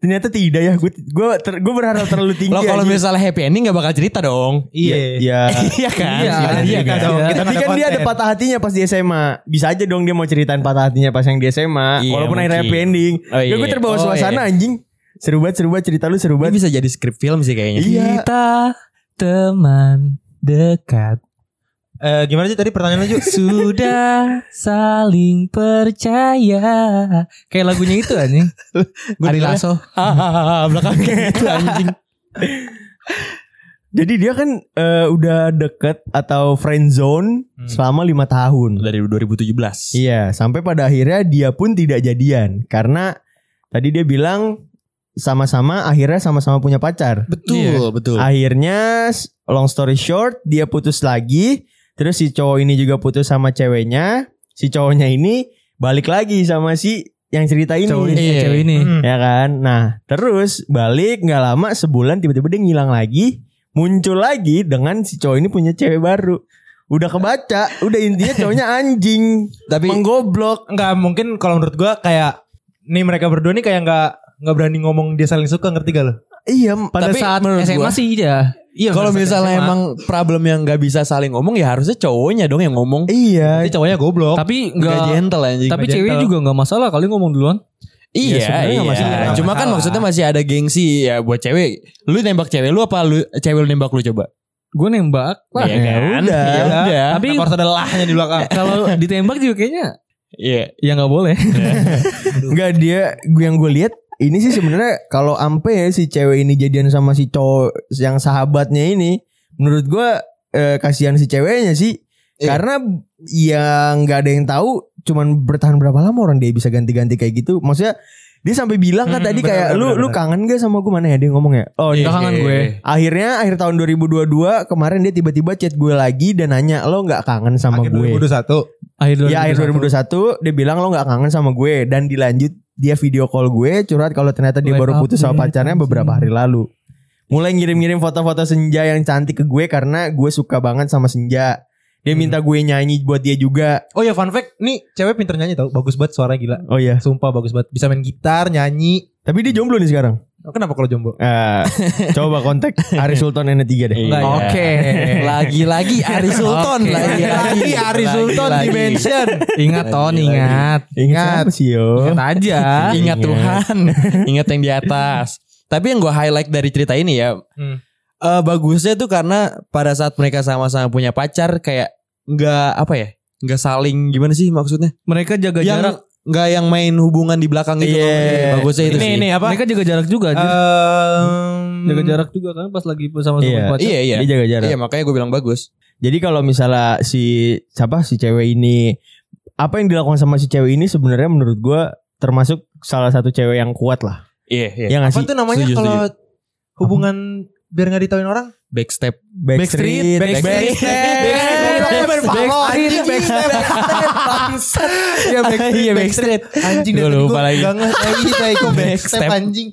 Speaker 2: Ternyata tidak ya Gue gue ter, gue berharap terlalu tinggi
Speaker 4: Lo kalau
Speaker 2: anjing.
Speaker 4: misalnya happy ending gak bakal cerita dong.
Speaker 1: Iya.
Speaker 2: Iya
Speaker 4: Iya kan?
Speaker 5: Iya,
Speaker 4: Gimana
Speaker 5: iya,
Speaker 4: juga?
Speaker 5: kan?
Speaker 1: dong, kita
Speaker 2: Tapi
Speaker 1: nggak
Speaker 2: kan dia ada
Speaker 1: konten.
Speaker 2: patah hatinya pas di SMA Bisa aja dong dia mau ceritain patah hatinya pas yang di SMA
Speaker 4: Iya,
Speaker 2: Walaupun akhirnya
Speaker 4: mungkin.
Speaker 2: happy ending
Speaker 4: Oh, iya.
Speaker 2: Ya gue terbawa
Speaker 4: Oh,
Speaker 2: suasana
Speaker 4: iya.
Speaker 2: anjing Seru banget seru banget cerita lu
Speaker 4: Ini
Speaker 2: seru banget
Speaker 4: bisa jadi skrip film sih kayaknya.
Speaker 2: Iya.
Speaker 5: Kita teman dekat
Speaker 1: Eh, gimana sih tadi pertanyaan lu Ju?
Speaker 5: sudah saling percaya. Kayak lagunya itu anjing. Ari Lasso.
Speaker 4: Ah, belakangnya itu anjing.
Speaker 2: Jadi dia kan eh, udah deket atau friend zone selama lima tahun
Speaker 4: Dari 2017.
Speaker 2: Iya sampai pada akhirnya dia pun tidak jadian Karena tadi dia bilang sama-sama akhirnya sama-sama punya pacar
Speaker 4: Betul,
Speaker 2: Iya.
Speaker 4: betul.
Speaker 2: Akhirnya s- long story short dia putus lagi. Terus si cowok ini juga putus sama ceweknya. Si cowoknya ini balik lagi sama si yang cerita ini.
Speaker 5: Cowok ini,
Speaker 4: Iya.
Speaker 5: cewek ini.
Speaker 1: Hmm.
Speaker 2: Ya kan? Nah terus balik nggak lama sebulan tiba-tiba dia ngilang lagi. Muncul lagi dengan si cowok ini punya cewek baru. Udah kebaca. Udah intinya cowoknya anjing.
Speaker 4: Tapi
Speaker 2: Menggoblok.
Speaker 1: Enggak mungkin kalau menurut gua kayak nih mereka berdua nih kayak nggak nggak berani ngomong dia saling suka ngerti gak lo?
Speaker 2: Iya.
Speaker 5: Pada
Speaker 4: Tapi
Speaker 5: saat
Speaker 4: menurut
Speaker 5: SMA
Speaker 4: gua-
Speaker 5: sih iya.
Speaker 4: iya, kalau misalnya emang problem yang gak bisa saling ngomong ya harusnya cowoknya dong yang ngomong.
Speaker 2: Iya.
Speaker 1: Tapi cowoknya goblok.
Speaker 5: Tapi
Speaker 4: Gak
Speaker 5: enggak
Speaker 4: gentle anjing.
Speaker 5: tapi
Speaker 1: Nggak
Speaker 5: ceweknya
Speaker 1: gentle.
Speaker 5: juga nggak masalah kali ngomong duluan.
Speaker 4: Iya,
Speaker 2: Ya, sebenarnya
Speaker 4: iya.
Speaker 2: nggak masalah.
Speaker 1: Nggak
Speaker 4: Cuma kan
Speaker 1: masalah.
Speaker 4: maksudnya masih ada gengsi ya buat cewek. Lu nembak cewek lu apa lu cewek lu nembak lu coba?
Speaker 5: Gue nembak lah.
Speaker 4: Iya kan?
Speaker 2: udah.
Speaker 4: Ya udah.
Speaker 5: Tapi
Speaker 1: Tapi harus ada lahnya di belakang.
Speaker 5: kalau ditembak juga kayaknya
Speaker 4: Iya.
Speaker 5: ya nggak boleh.
Speaker 2: Enggak dia gue yang gue lihat ini sih sebenarnya kalau ampe ya si cewek ini jadian sama si cowok yang sahabatnya ini menurut gue eh, kasihan si ceweknya sih
Speaker 4: Iya.
Speaker 2: karena yang nggak ada yang tahu cuman bertahan berapa lama orang dia bisa ganti-ganti kayak gitu maksudnya dia sampai bilang kan
Speaker 1: Hmm,
Speaker 2: tadi
Speaker 1: benar,
Speaker 2: kayak
Speaker 1: benar,
Speaker 2: lu
Speaker 1: benar,
Speaker 2: lu
Speaker 1: benar.
Speaker 2: kangen gak sama gue mana ya dia ngomong ya oh
Speaker 4: Iya.
Speaker 2: dia-
Speaker 5: Belakangan gue.
Speaker 2: akhirnya akhir tahun 2022 kemarin dia tiba-tiba chat gue lagi dan nanya lo nggak kangen sama
Speaker 1: Akhir
Speaker 2: gue
Speaker 1: 2021.
Speaker 5: Akhir 2021.
Speaker 2: Ya akhir 2021 dia bilang lo nggak kangen sama gue dan dilanjut dia video call gue curhat kalau ternyata dia
Speaker 5: Live
Speaker 2: baru putus sama
Speaker 5: update,
Speaker 2: pacarnya beberapa hari lalu. Mulai ngirim-ngirim foto-foto senja yang cantik ke gue karena gue suka banget sama senja. Dia minta gue nyanyi buat dia juga.
Speaker 1: Oh ya fun fact, nih cewek pinter nyanyi tau, bagus banget suaranya gila.
Speaker 2: Oh iya.
Speaker 1: Sumpah bagus banget, bisa main gitar, nyanyi.
Speaker 2: Tapi dia jomblo nih sekarang.
Speaker 1: Kenapa kalau jomblo?
Speaker 2: Eh, coba kontak Ari Sultan
Speaker 1: ya?
Speaker 2: N3 deh.
Speaker 4: Enggak,
Speaker 2: Oh,
Speaker 4: iya. Lagi-lagi Ari Sultan
Speaker 5: Oke.
Speaker 4: lagi-lagi
Speaker 1: Ari Sultan
Speaker 4: lagi-lagi.
Speaker 1: di mention.
Speaker 5: Ingat ton,
Speaker 4: Lagi-lagi.
Speaker 5: ingat.
Speaker 2: Ingat siapa sih yo?
Speaker 5: Ingat aja.
Speaker 4: Ingat Tuhan, ingat yang di atas. Tapi yang gue highlight dari cerita ini ya,
Speaker 1: Hmm.
Speaker 4: eh, bagusnya tuh karena pada saat mereka sama-sama punya pacar kayak nggak apa ya, nggak saling gimana sih maksudnya?
Speaker 5: Mereka jaga
Speaker 4: yang
Speaker 5: jarak.
Speaker 4: nggak yang main hubungan di belakang gitu.
Speaker 2: Iya.
Speaker 4: loh. Bagusnya itu
Speaker 1: Ini,
Speaker 4: sih.
Speaker 1: ini apa? Eh,
Speaker 5: Mereka jaga jarak juga. anjir. jaga
Speaker 1: Ehm,
Speaker 5: jarak juga kan pas lagi sama sama
Speaker 2: Iya.
Speaker 5: pacar.
Speaker 4: Iya iya.
Speaker 2: Dia jaga jarak.
Speaker 4: Iya makanya gue bilang bagus.
Speaker 2: Jadi kalau misalnya si siapa si cewek ini apa yang dilakukan sama si cewek ini sebenarnya menurut gua termasuk salah satu cewek yang kuat lah.
Speaker 4: Iya iya.
Speaker 2: Ya nggak
Speaker 1: apa
Speaker 2: sih?
Speaker 1: tuh namanya
Speaker 4: Setuju,
Speaker 1: kalau hubungan biar nggak ditahuin orang?
Speaker 4: Backstep.
Speaker 5: Backstreet,
Speaker 2: Backstreet,
Speaker 1: Backstreet,
Speaker 2: Backstreet,
Speaker 1: Backstreet,
Speaker 2: Backstreet,
Speaker 1: Iya
Speaker 4: Iya backstep.
Speaker 1: Anjing
Speaker 4: Gua
Speaker 1: dari tadi
Speaker 4: lupa
Speaker 1: gua
Speaker 4: lagi.
Speaker 1: nggak ngerti lagi tadi kok backstep
Speaker 4: Backstep.
Speaker 1: anjing.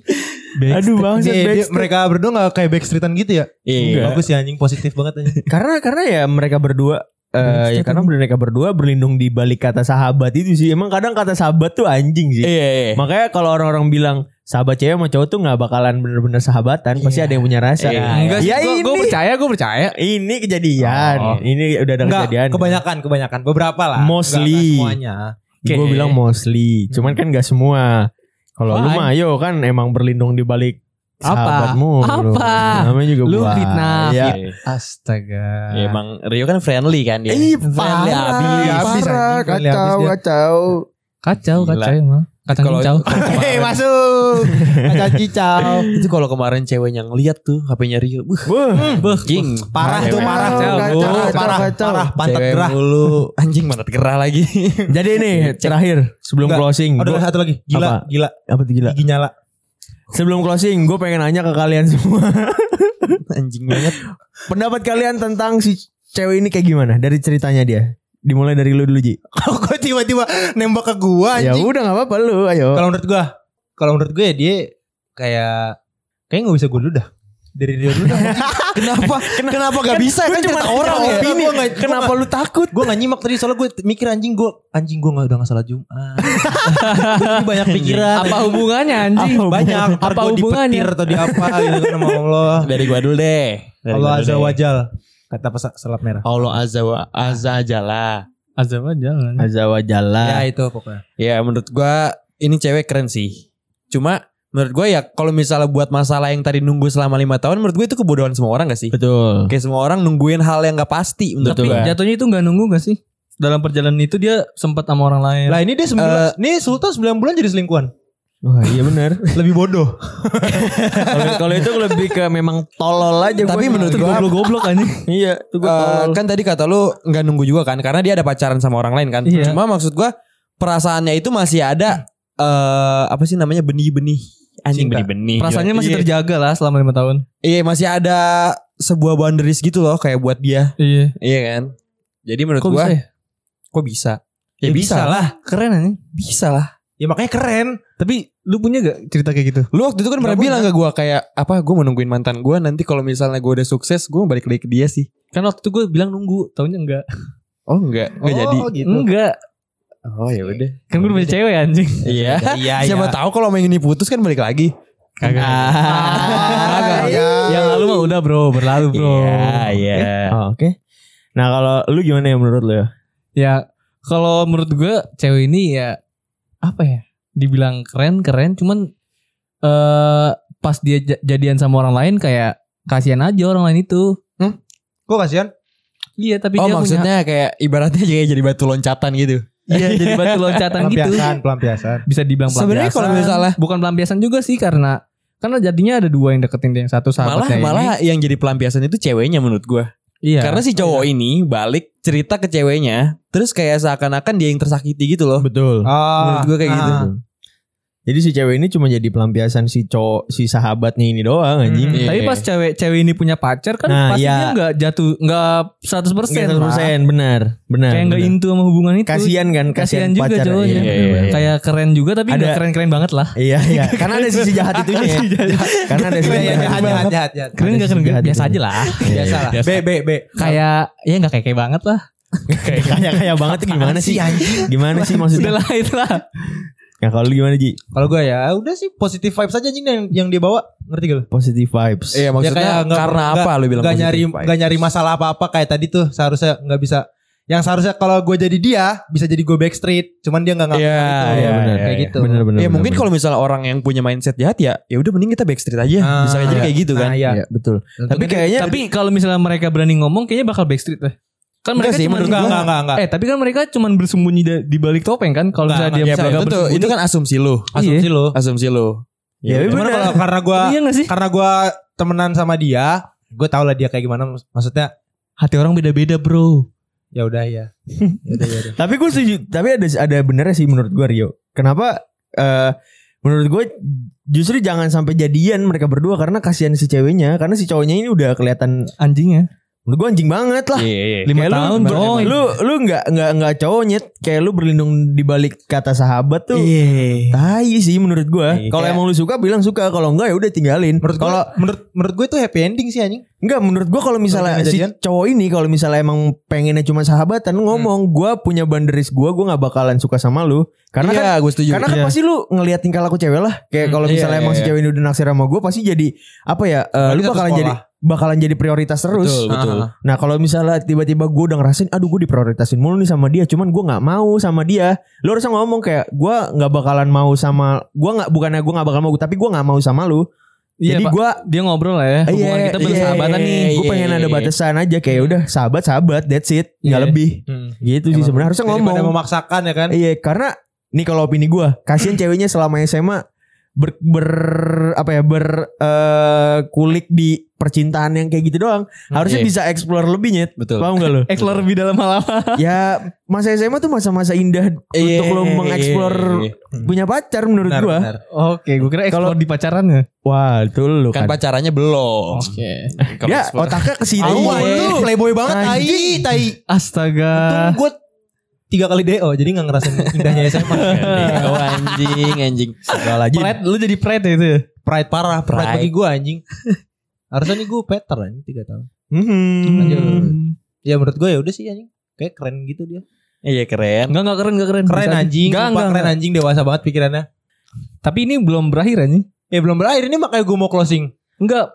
Speaker 2: Aduh bang,
Speaker 1: Dia- dia-
Speaker 2: Iya, Backstreet.
Speaker 1: mereka berdua nggak kayak backstreetan gitu ya?
Speaker 4: Iya.
Speaker 1: Bagus ya anjing positif banget anjing.
Speaker 2: Karena karena ya mereka berdua eh ya karena mereka berdua berlindung di balik kata sahabat itu sih. Emang kadang kata sahabat tuh anjing sih.
Speaker 4: Iya. iya.
Speaker 2: Makanya kalau orang-orang bilang sahabat cewek sama cowok tuh nggak bakalan bener-bener sahabatan, pasti ada yang punya rasa.
Speaker 4: Iya.
Speaker 5: Enggak sih,
Speaker 2: Ya
Speaker 5: gua,
Speaker 2: ini
Speaker 5: gua percaya, gue percaya.
Speaker 2: ini kejadian.
Speaker 5: Oh.
Speaker 2: Ini udah ada
Speaker 1: Enggak,
Speaker 2: kejadian.
Speaker 1: kebanyakan, kebanyakan. Beberapa lah.
Speaker 2: Mostly.
Speaker 1: Nggak- nggak semuanya.
Speaker 2: Gue
Speaker 5: Oke.
Speaker 2: bilang mostly, cuman kan nggak semua. Kalau lu
Speaker 5: Apaan?
Speaker 2: mah ayo kan emang berlindung di balik
Speaker 5: Apa?
Speaker 2: sahabatmu. lu.
Speaker 5: Apa?
Speaker 2: Namanya juga
Speaker 5: Lu
Speaker 2: buaya.
Speaker 5: fitnah.
Speaker 2: Ya.
Speaker 4: Iya.
Speaker 1: Astaga.
Speaker 4: Ya,
Speaker 5: Iya,
Speaker 4: emang Rio kan friendly kan dia.
Speaker 2: Iya.
Speaker 1: Iya,
Speaker 3: Ih,
Speaker 4: friendly
Speaker 3: parah,
Speaker 4: abis.
Speaker 1: abis,
Speaker 3: parah,
Speaker 1: anjing. Friendly
Speaker 3: kacau,
Speaker 1: abis dia.
Speaker 3: kacau.
Speaker 5: Kacau,
Speaker 4: Gila.
Speaker 5: kacau emang. Kata
Speaker 4: Kalau-
Speaker 5: kacau.
Speaker 1: Hei masuk. Kacau cicau.
Speaker 4: Itu kalau kemarin ceweknya ngeliat tuh HP-nya Rio. Buh, jing.
Speaker 1: Parah
Speaker 4: Cewek.
Speaker 1: tuh parah.
Speaker 3: Kacau,
Speaker 1: Cewek.
Speaker 3: kacau, kacau,
Speaker 1: parah,
Speaker 3: kacau.
Speaker 1: parah, pantat
Speaker 4: Cewek
Speaker 1: gerah.
Speaker 4: mulu. Anjing pantat gerah lagi.
Speaker 2: Jadi nih terakhir sebelum
Speaker 1: Enggak.
Speaker 2: closing,
Speaker 1: Ada
Speaker 2: gua,
Speaker 1: satu lagi. Gila,
Speaker 2: Apa?
Speaker 1: gila.
Speaker 2: apa tuh gila?
Speaker 1: Gigi nyala.
Speaker 2: Sebelum closing, gue pengen nanya ke kalian semua,
Speaker 4: Anjing banget.
Speaker 2: pendapat kalian tentang si cewek ini kayak gimana dari ceritanya dia? Dimulai dari lu dulu Ji.
Speaker 1: Kok tiba-tiba nembak ke gua
Speaker 2: Ya
Speaker 1: anjing.
Speaker 2: udah nggak apa-apa lu, ayo.
Speaker 1: Kalau menurut gua, kalau menurut gue ya dia kayak kayak nggak bisa gue dulu dah. Dari Rio dulu dah. kenapa? kenapa gak bisa kan cerita orang ya? Gua nggak- gua
Speaker 2: Kenapa lu takut?
Speaker 1: gue gak nyimak tadi soalnya gue mikir anjing gue anjing gue nggak udah nggak salat jumat Gua banyak pikiran
Speaker 5: Apa hubungannya anjing?
Speaker 1: banyak Ntar
Speaker 5: Apa
Speaker 1: gua
Speaker 5: hubungannya?
Speaker 1: dipetir atau di apa gitu kan sama Allah
Speaker 4: Iya, Dari gua dulu deh. Dari
Speaker 1: Allah
Speaker 4: gua dulu
Speaker 1: azza
Speaker 4: deh.
Speaker 1: wajal kata pesak selap merah
Speaker 4: Allah azza wa azza jalla.
Speaker 5: Azab aja lah.
Speaker 2: Azawa
Speaker 5: Ya.
Speaker 2: jalan.
Speaker 1: itu pokoknya
Speaker 4: Ya menurut gua ini cewek keren sih. Cuma menurut gua ya kalau misalnya buat masalah yang tadi nunggu selama lima tahun menurut gua itu kebodohan semua orang gak sih?
Speaker 2: Betul.
Speaker 4: Kayak semua orang nungguin hal yang gak pasti menurut
Speaker 5: Tapi
Speaker 4: gua.
Speaker 5: jatuhnya itu nggak nunggu gak sih? Dalam perjalanan itu dia sempat sama orang lain.
Speaker 1: lah ini dia sembilan
Speaker 4: Eh,
Speaker 1: ini Sultan 9 bulan jadi selingkuhan
Speaker 2: Wah, iya benar.
Speaker 1: lebih bodoh
Speaker 2: Kalau kalau itu lebih ke memang tolol aja
Speaker 4: Tapi menurut gua-
Speaker 2: goblok-goblok anjing. Iya, tuh gua
Speaker 4: Eh,
Speaker 2: tolol.
Speaker 4: kan tadi kata lu nggak nunggu juga kan karena dia ada pacaran sama orang lain kan.
Speaker 5: Iya.
Speaker 4: Cuma maksud gua perasaannya itu masih ada eh apa sih namanya benih-benih anjing
Speaker 1: Cinta.
Speaker 4: benih-benih.
Speaker 5: Perasaannya masih
Speaker 4: Iya.
Speaker 5: terjaga lah selama lima tahun.
Speaker 4: Iya, masih ada sebuah boundaries gitu loh kayak buat dia.
Speaker 5: Iya.
Speaker 4: Iya kan? Jadi menurut
Speaker 5: Kok
Speaker 4: gua
Speaker 5: bisa ya?
Speaker 4: kok bisa?
Speaker 1: Ya bisa
Speaker 4: lah.
Speaker 5: Keren anjing.
Speaker 4: Bisa lah.
Speaker 1: ya makanya keren
Speaker 5: Tapi lu punya gak cerita kayak gitu?
Speaker 4: Lu waktu itu kan pernah
Speaker 5: Nggak
Speaker 4: bilang ke gua kayak apa gua mau nungguin mantan gua nanti kalau misalnya gua udah sukses gua balik lagi ke dia sih.
Speaker 5: Kan waktu itu gue bilang nunggu, tahunya enggak.
Speaker 4: Oh enggak, enggak jadi.
Speaker 5: gitu. Enggak.
Speaker 4: Oh ya udah.
Speaker 5: Kan gue udah punya cewek anjing.
Speaker 4: Iya.
Speaker 1: Iya,
Speaker 4: Siapa
Speaker 1: iya.
Speaker 4: tahu kalau main ini putus kan balik lagi.
Speaker 5: Kagak.
Speaker 2: Ah,
Speaker 4: Ah,
Speaker 5: Kagak. Yang
Speaker 4: Oh,
Speaker 5: lalu mah udah bro, berlalu bro.
Speaker 4: iya.
Speaker 2: Oh, Oke. Nah, kalau lu gimana ya menurut lu ya?
Speaker 5: Ya kalau menurut gue cewek ini ya apa ya? Dibilang keren keren, cuman eh pas dia ja- jadian sama orang lain kayak kasihan aja orang lain itu.
Speaker 1: kok kasihan
Speaker 5: Iya tapi
Speaker 4: Oh
Speaker 5: dia punya
Speaker 4: maksudnya kayak ibaratnya kayak jadi batu loncatan gitu.
Speaker 5: iya jadi batu loncatan gitu.
Speaker 1: pelampiasan pelampiasan
Speaker 5: Bisa dibilang pelampiasan.
Speaker 4: Sebenarnya kalau misalnya-
Speaker 5: bukan pelampiasan juga sih karena karena jadinya ada dua yang deketin dia yang satu
Speaker 4: Malah
Speaker 5: sahabatnya
Speaker 4: malah
Speaker 5: ini.
Speaker 4: yang jadi pelampiasan itu ceweknya menurut gua.
Speaker 5: Iya.
Speaker 4: Karena si cowok ini balik cerita ke ceweknya, terus kayak seakan-akan dia yang tersakiti gitu loh.
Speaker 1: Ah,
Speaker 2: Betul.
Speaker 5: Hmm.
Speaker 4: Menurut gua kayak gitu.
Speaker 1: ah.
Speaker 2: Jadi si cewek ini cuma jadi pelampiasan si cowok si sahabatnya ini doang anjing.
Speaker 1: Hmm.
Speaker 5: Tapi pas cewek cewek ini punya pacar kan
Speaker 2: Nah,
Speaker 5: pasti
Speaker 2: iya.
Speaker 5: dia nggak jatuh nggak 100% persen.
Speaker 2: Nggak 100%, benar, benar.
Speaker 5: Kayak nggak
Speaker 2: benar.
Speaker 5: into sama hubungan itu.
Speaker 2: Kasian
Speaker 5: Kasian
Speaker 2: kan, kasian,
Speaker 5: juga
Speaker 2: pacar.
Speaker 5: cowoknya.
Speaker 2: Iya,
Speaker 4: Iya, iya,
Speaker 2: iya.
Speaker 5: Kayak keren juga tapi
Speaker 2: Ada-
Speaker 5: nggak keren-keren banget lah.
Speaker 2: Iya, iya. Karena ada sisi jahat itu ya. Karena ada sisi
Speaker 1: Keren, ya,
Speaker 2: jahat.
Speaker 1: jahat jahat jahat jahat Iya,
Speaker 5: Keren
Speaker 2: Ada
Speaker 5: nggak
Speaker 2: sisi
Speaker 5: keren
Speaker 2: jahat
Speaker 5: biasa
Speaker 2: itu.
Speaker 5: aja lah.
Speaker 1: biasa lah b b b
Speaker 5: kayak ya nggak kayak kayak banget lah.
Speaker 2: kayak kayak kayak banget tuh gimana sih? Gimana sih
Speaker 5: Udah
Speaker 2: maksudnya?
Speaker 5: lah itu lah.
Speaker 2: Ya kalau lu gimana Ji?
Speaker 1: Kalau gue ya udah sih positif vibes aja anjing yang yang dia bawa ngerti gak lu?
Speaker 2: Positive vibes.
Speaker 4: Iya maksudnya
Speaker 1: kayak nggak-
Speaker 4: karena
Speaker 1: nggak-
Speaker 4: apa lu bilang
Speaker 1: Gak
Speaker 4: positive
Speaker 1: nyari
Speaker 4: vibes?
Speaker 1: gak nyari masalah apa apa kayak tadi tuh seharusnya nggak bisa. Yang seharusnya kalau gue jadi dia bisa jadi gue backstreet. Cuman dia nggak ngaku
Speaker 4: Iya,
Speaker 1: itu.
Speaker 4: iya,
Speaker 2: benar.
Speaker 1: kayak gitu.
Speaker 2: Benar benar.
Speaker 4: Ya
Speaker 2: benar,
Speaker 4: mungkin
Speaker 2: benar.
Speaker 4: kalau misalnya orang yang punya mindset jahat ya, ya udah mending kita backstreet aja.
Speaker 1: Ah,
Speaker 4: Bisa aja
Speaker 1: iya.
Speaker 4: kayak gitu kan.
Speaker 1: Nah, iya.
Speaker 2: Iya, betul.
Speaker 5: Tapi kayaknya tapi kalau misalnya mereka berani ngomong kayaknya bakal backstreet lah. Kan
Speaker 4: Nggak
Speaker 5: mereka
Speaker 4: sih,
Speaker 5: cuma
Speaker 4: menurut
Speaker 1: Enggak enggak enggak enggak.
Speaker 5: Eh tapi kan mereka cuman bersembunyi da- di balik topeng kan kalau
Speaker 1: Nggak,
Speaker 5: misalnya
Speaker 1: nggak
Speaker 5: dia
Speaker 4: Ya, itu,
Speaker 5: nggak
Speaker 4: tuh- itu
Speaker 5: bersembunyi.
Speaker 4: kan asumsi lu.
Speaker 5: Iya.
Speaker 1: Asumsi lu.
Speaker 4: Asumsi lu.
Speaker 2: Ya,
Speaker 4: udah.
Speaker 2: bener.
Speaker 1: Cuman kalau karena gue
Speaker 5: Iya nggak sih?
Speaker 1: karena gue temenan sama dia, gue tau lah dia kayak gimana. Maksudnya
Speaker 5: Hati orang beda-beda bro.
Speaker 1: ya udah ya. Ya udah ya udah.
Speaker 2: Tapi gue setuju. Tapi ada ada benernya sih menurut gue Rio. Kenapa? eh, Menurut gue justru jangan sampai jadian mereka berdua karena kasihan si ceweknya karena si cowoknya ini udah kelihatan
Speaker 5: Anjingnya.
Speaker 2: menurut gue anjing banget lah.
Speaker 4: Iya, iya.
Speaker 5: Lima
Speaker 2: Kayak
Speaker 5: tahun
Speaker 2: lu, ber-
Speaker 5: bro.
Speaker 2: lu lu nggak nggak nggak cowoknya kayak lu berlindung di balik kata sahabat tuh.
Speaker 4: Iya.
Speaker 2: Tai sih menurut
Speaker 4: Iya,
Speaker 2: gue. Kalau
Speaker 4: kayak-
Speaker 2: emang lu suka bilang suka, kalau enggak ya udah tinggalin.
Speaker 1: Menurut
Speaker 2: kalau
Speaker 1: kalau menurut menurut gue itu happy ending sih anjing.
Speaker 2: Enggak menurut gua kalau misalnya
Speaker 1: Kalau
Speaker 2: si
Speaker 1: kejadian?
Speaker 2: cowok ini kalau misalnya emang pengennya cuma sahabatan ngomong gua punya boundaries gua gua nggak bakalan suka sama lu karena
Speaker 4: Iya,
Speaker 2: kan
Speaker 4: gue setuju.
Speaker 2: karena kan
Speaker 4: Iya.
Speaker 2: pasti lu ngeliat tingkah laku cewek lah kayak kalau
Speaker 4: Iya,
Speaker 2: misalnya
Speaker 4: iya,
Speaker 2: emang si
Speaker 4: iya.
Speaker 2: cewek ini udah naksir sama gua pasti jadi apa ya eh, lu
Speaker 1: satu
Speaker 2: bakalan
Speaker 1: sekolah.
Speaker 2: jadi bakalan jadi prioritas terus
Speaker 4: Betul, betul.
Speaker 1: Ah,
Speaker 2: nah kalau misalnya tiba-tiba gua udah ngerasain aduh gua diprioritasin mulu nih sama dia cuman gua nggak mau sama dia lu harusnya ngomong kayak gua nggak bakalan mau sama gua nggak bukannya gua nggak bakal mau tapi gua nggak mau sama lu
Speaker 5: Iya,
Speaker 2: jadi
Speaker 5: Pak.
Speaker 2: gua
Speaker 5: Dia ngobrol lah ya.
Speaker 1: Iya,
Speaker 5: Hubungan kita bersahabatan nih.
Speaker 2: Gue
Speaker 4: Iya,
Speaker 2: pengen
Speaker 4: iya,
Speaker 2: ada
Speaker 4: iya.
Speaker 2: batasan aja kayak udah sahabat sahabat that's it, nggak
Speaker 5: Iya.
Speaker 2: lebih.
Speaker 1: Hmm.
Speaker 2: Gitu sih
Speaker 1: Emang.
Speaker 2: sebenarnya harusnya ngomong.
Speaker 1: Daripada memaksakan ya kan.
Speaker 2: Iya, karena nih kalau opini gue, kasihan ceweknya selama SMA ber, ber apa ya ber eh, kulik di percintaan yang kayak gitu doang.
Speaker 1: Hmm,
Speaker 2: Harusnya
Speaker 4: iya.
Speaker 2: bisa explore lebihnya.
Speaker 4: Betul.
Speaker 2: Paham gak lo?
Speaker 5: Explore lebih dalam hal-hal.
Speaker 2: ya masa SMA tuh masa-masa indah
Speaker 4: Iya,
Speaker 2: untuk lo
Speaker 4: iya,
Speaker 2: mengeksplor
Speaker 4: iya.
Speaker 2: punya pacar menurut
Speaker 1: Benar,
Speaker 2: gue.
Speaker 1: benar.
Speaker 5: Oke, gue kira explore di
Speaker 1: ya.
Speaker 5: pacarannya.
Speaker 2: Wah, itu lo
Speaker 4: Kan
Speaker 2: kan.
Speaker 4: pacarannya belum.
Speaker 5: Oke.
Speaker 4: Kalau
Speaker 2: Dia
Speaker 4: explore-
Speaker 2: Ya, otaknya kesini.
Speaker 1: Tahu
Speaker 4: Iya.
Speaker 1: lu playboy banget tai
Speaker 2: Anjing.
Speaker 1: tai. Untung
Speaker 5: Astaga.
Speaker 1: gue tiga kali DO jadi gak ngerasain indahnya SMA.
Speaker 4: Oh, anjing, anjing.
Speaker 2: Segala jin.
Speaker 5: Pret, lu jadi pret ya itu. ya?
Speaker 1: Pride parah, pride,
Speaker 4: Pride.
Speaker 1: bagi gue anjing. Harusnya nih gue peter anjing tiga tahun.
Speaker 2: Mhm.
Speaker 1: Lanjut.
Speaker 5: Hmm.
Speaker 1: Ya menurut gue ya udah sih anjing. Kayak keren gitu dia.
Speaker 4: Iya, keren.
Speaker 5: Enggak enggak keren enggak keren.
Speaker 1: Keren
Speaker 5: Bisa aja.
Speaker 1: anjing,
Speaker 5: Enggak
Speaker 1: sumpah
Speaker 5: enggak
Speaker 1: keren
Speaker 5: keren.
Speaker 1: anjing dewasa banget pikirannya.
Speaker 5: Tapi ini belum berakhir anjing.
Speaker 1: Ya belum berakhir ini makanya gue mau closing.
Speaker 5: Enggak.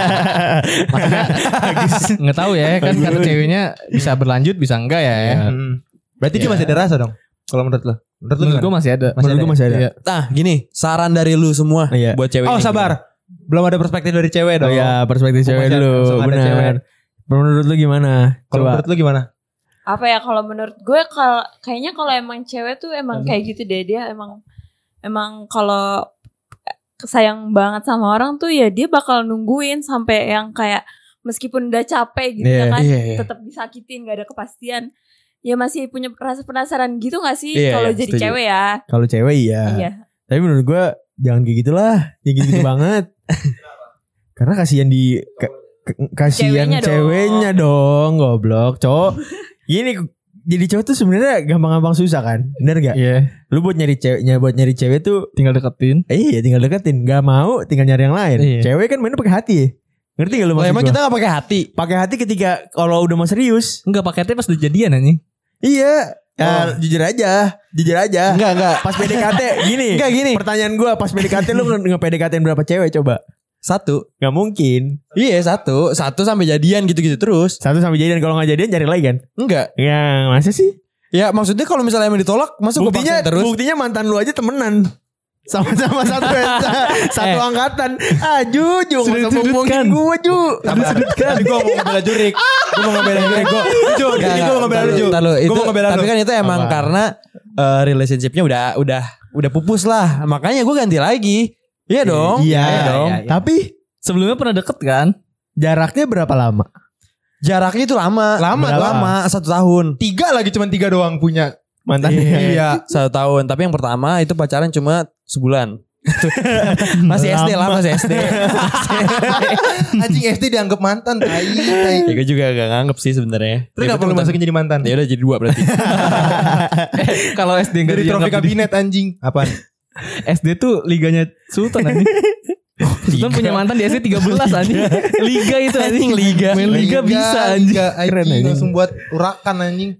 Speaker 5: Maksudnya enggak tahu ya kan kata ceweknya bisa berlanjut bisa enggak ya. ya.
Speaker 1: Hmm. Berarti dia
Speaker 5: Ya.
Speaker 1: masih ada rasa dong. Kalau menurut lo? Menurut lo
Speaker 5: Menurut
Speaker 1: gimana? ya?
Speaker 5: gue masih ada.
Speaker 2: Menurut gue masih ada.
Speaker 5: Iya.
Speaker 4: Nah, gini, saran dari lu semua
Speaker 2: Iya.
Speaker 4: buat cewek.
Speaker 1: Oh
Speaker 4: ini.
Speaker 1: sabar. Belum ada perspektif dari cewek
Speaker 2: Oh
Speaker 1: dong.
Speaker 2: ya perspektif
Speaker 1: Gua
Speaker 2: cewek
Speaker 1: masih- langsung
Speaker 2: dulu
Speaker 1: ada cewek.
Speaker 2: benar. Menurut lu gimana?
Speaker 1: Kalau
Speaker 2: Coba.
Speaker 1: menurut lo gimana?
Speaker 6: apa ya kalau menurut gue kalau kayaknya kalau emang cewek tuh emang kayak gitu deh dia emang emang kalau sayang banget sama orang tuh ya dia bakal nungguin sampai yang kayak meskipun udah capek gitu
Speaker 2: Iya,
Speaker 6: ya kan
Speaker 4: Iya, iya.
Speaker 6: tetap disakitin gak ada kepastian ya masih punya rasa penasaran gitu gak sih
Speaker 4: Iya,
Speaker 6: kalau
Speaker 4: iya,
Speaker 6: jadi
Speaker 4: setuju. Ah.
Speaker 6: cewek ya
Speaker 2: Kalau cewek iya.
Speaker 6: iya
Speaker 2: Tapi menurut gua jangan kayak gitulah. Ya gitu-gitu banget. Karena kasihan di ka- ka- kasihan
Speaker 6: Ceweknya
Speaker 2: ceweknya,
Speaker 6: dong.
Speaker 2: dong, goblok. Cowok ini jadi cowok tuh sebenarnya gampang-gampang susah kan? Bener gak?
Speaker 5: Iya,
Speaker 2: Lu buat nyari ceweknya buat nyari cewek tuh
Speaker 5: tinggal deketin.
Speaker 2: eh, iya tinggal deketin, gak mau tinggal nyari yang lain.
Speaker 5: Iya.
Speaker 2: Cewek kan mainnya pakai hati. ya. Ngerti gak lu
Speaker 4: Lah,
Speaker 2: maksud
Speaker 4: emang
Speaker 2: gua?
Speaker 4: kita gak pakai hati.
Speaker 2: pakai hati ketika kalau udah mau serius.
Speaker 5: Enggak paketnya pas udah jadian anjing.
Speaker 2: Iya.
Speaker 4: Oh.
Speaker 2: Ya, jujur aja, jujur aja.
Speaker 4: Enggak, enggak.
Speaker 2: Pas PDKT gini.
Speaker 4: Enggak, gini.
Speaker 2: Pertanyaan gua pas PDKT lu nge PDKT berapa cewek coba?
Speaker 4: Satu.
Speaker 2: Gak mungkin.
Speaker 4: Iya, satu. Satu sampai jadian gitu-gitu terus.
Speaker 2: Satu sampai jadian kalau nggak jadian cari lagi kan?
Speaker 4: Enggak.
Speaker 2: Ya masa sih?
Speaker 4: Ya, maksudnya kalau misalnya emang ditolak, masa gue
Speaker 2: buktinya
Speaker 4: paksain terus.
Speaker 2: buktinya mantan lu aja temenan. Sama-sama satu satu angkatan. Ah Ju, Ju nggak usah bohongin gua Ju.
Speaker 1: Tadi gue mau ngebela Jurik. Gue mau ngebela Jurik. Gue Ju,
Speaker 4: Enggak,
Speaker 1: jadi gue mau ngebela
Speaker 4: enggak,
Speaker 1: lu Ju.
Speaker 4: entar lu.
Speaker 1: Gua
Speaker 4: Itu-
Speaker 1: mau ngebela
Speaker 4: Tapi
Speaker 1: lu.
Speaker 4: kan itu emang
Speaker 2: Apa?
Speaker 4: karena eh, relationshipnya udah udah udah pupus lah. Makanya gue ganti lagi. Iya dong.
Speaker 2: Iya
Speaker 4: Iya
Speaker 2: dong.
Speaker 4: dong.
Speaker 2: Tapi
Speaker 5: Sebelumnya pernah deket kan?
Speaker 2: jaraknya berapa lama?
Speaker 4: Jaraknya itu lama.
Speaker 1: Lama,
Speaker 2: Berapa?
Speaker 4: Lama, satu tahun.
Speaker 1: Tiga lagi cuman tiga doang punya.
Speaker 2: Mantan.
Speaker 4: Iya, satu tahun. Tapi yang pertama itu pacaran cuma sebulan. masih SD lah, masih SD.
Speaker 1: Anjing SD dianggap mantan. Tai, tai.
Speaker 2: Iya,
Speaker 4: ya gue juga gak nganggep sih sebenarnya.
Speaker 1: Terus
Speaker 4: Ya,
Speaker 1: kenapa
Speaker 4: betul,
Speaker 1: lu
Speaker 4: betul.
Speaker 1: masukin jadi mantan?
Speaker 4: Ya udah jadi dua berarti.
Speaker 5: Kalau SD enggak
Speaker 1: Dari trofi
Speaker 5: dianggap jadi-
Speaker 1: kabinet anjing. Apaan?
Speaker 5: SD tuh liganya Sultan anjing. Sultan punya mantan di SD 13 anjing. Liga itu anjing. Liga. Main liga bisa anjing.
Speaker 1: Liga,
Speaker 2: Keren, anjing.
Speaker 1: Langsung buat urakan anjing.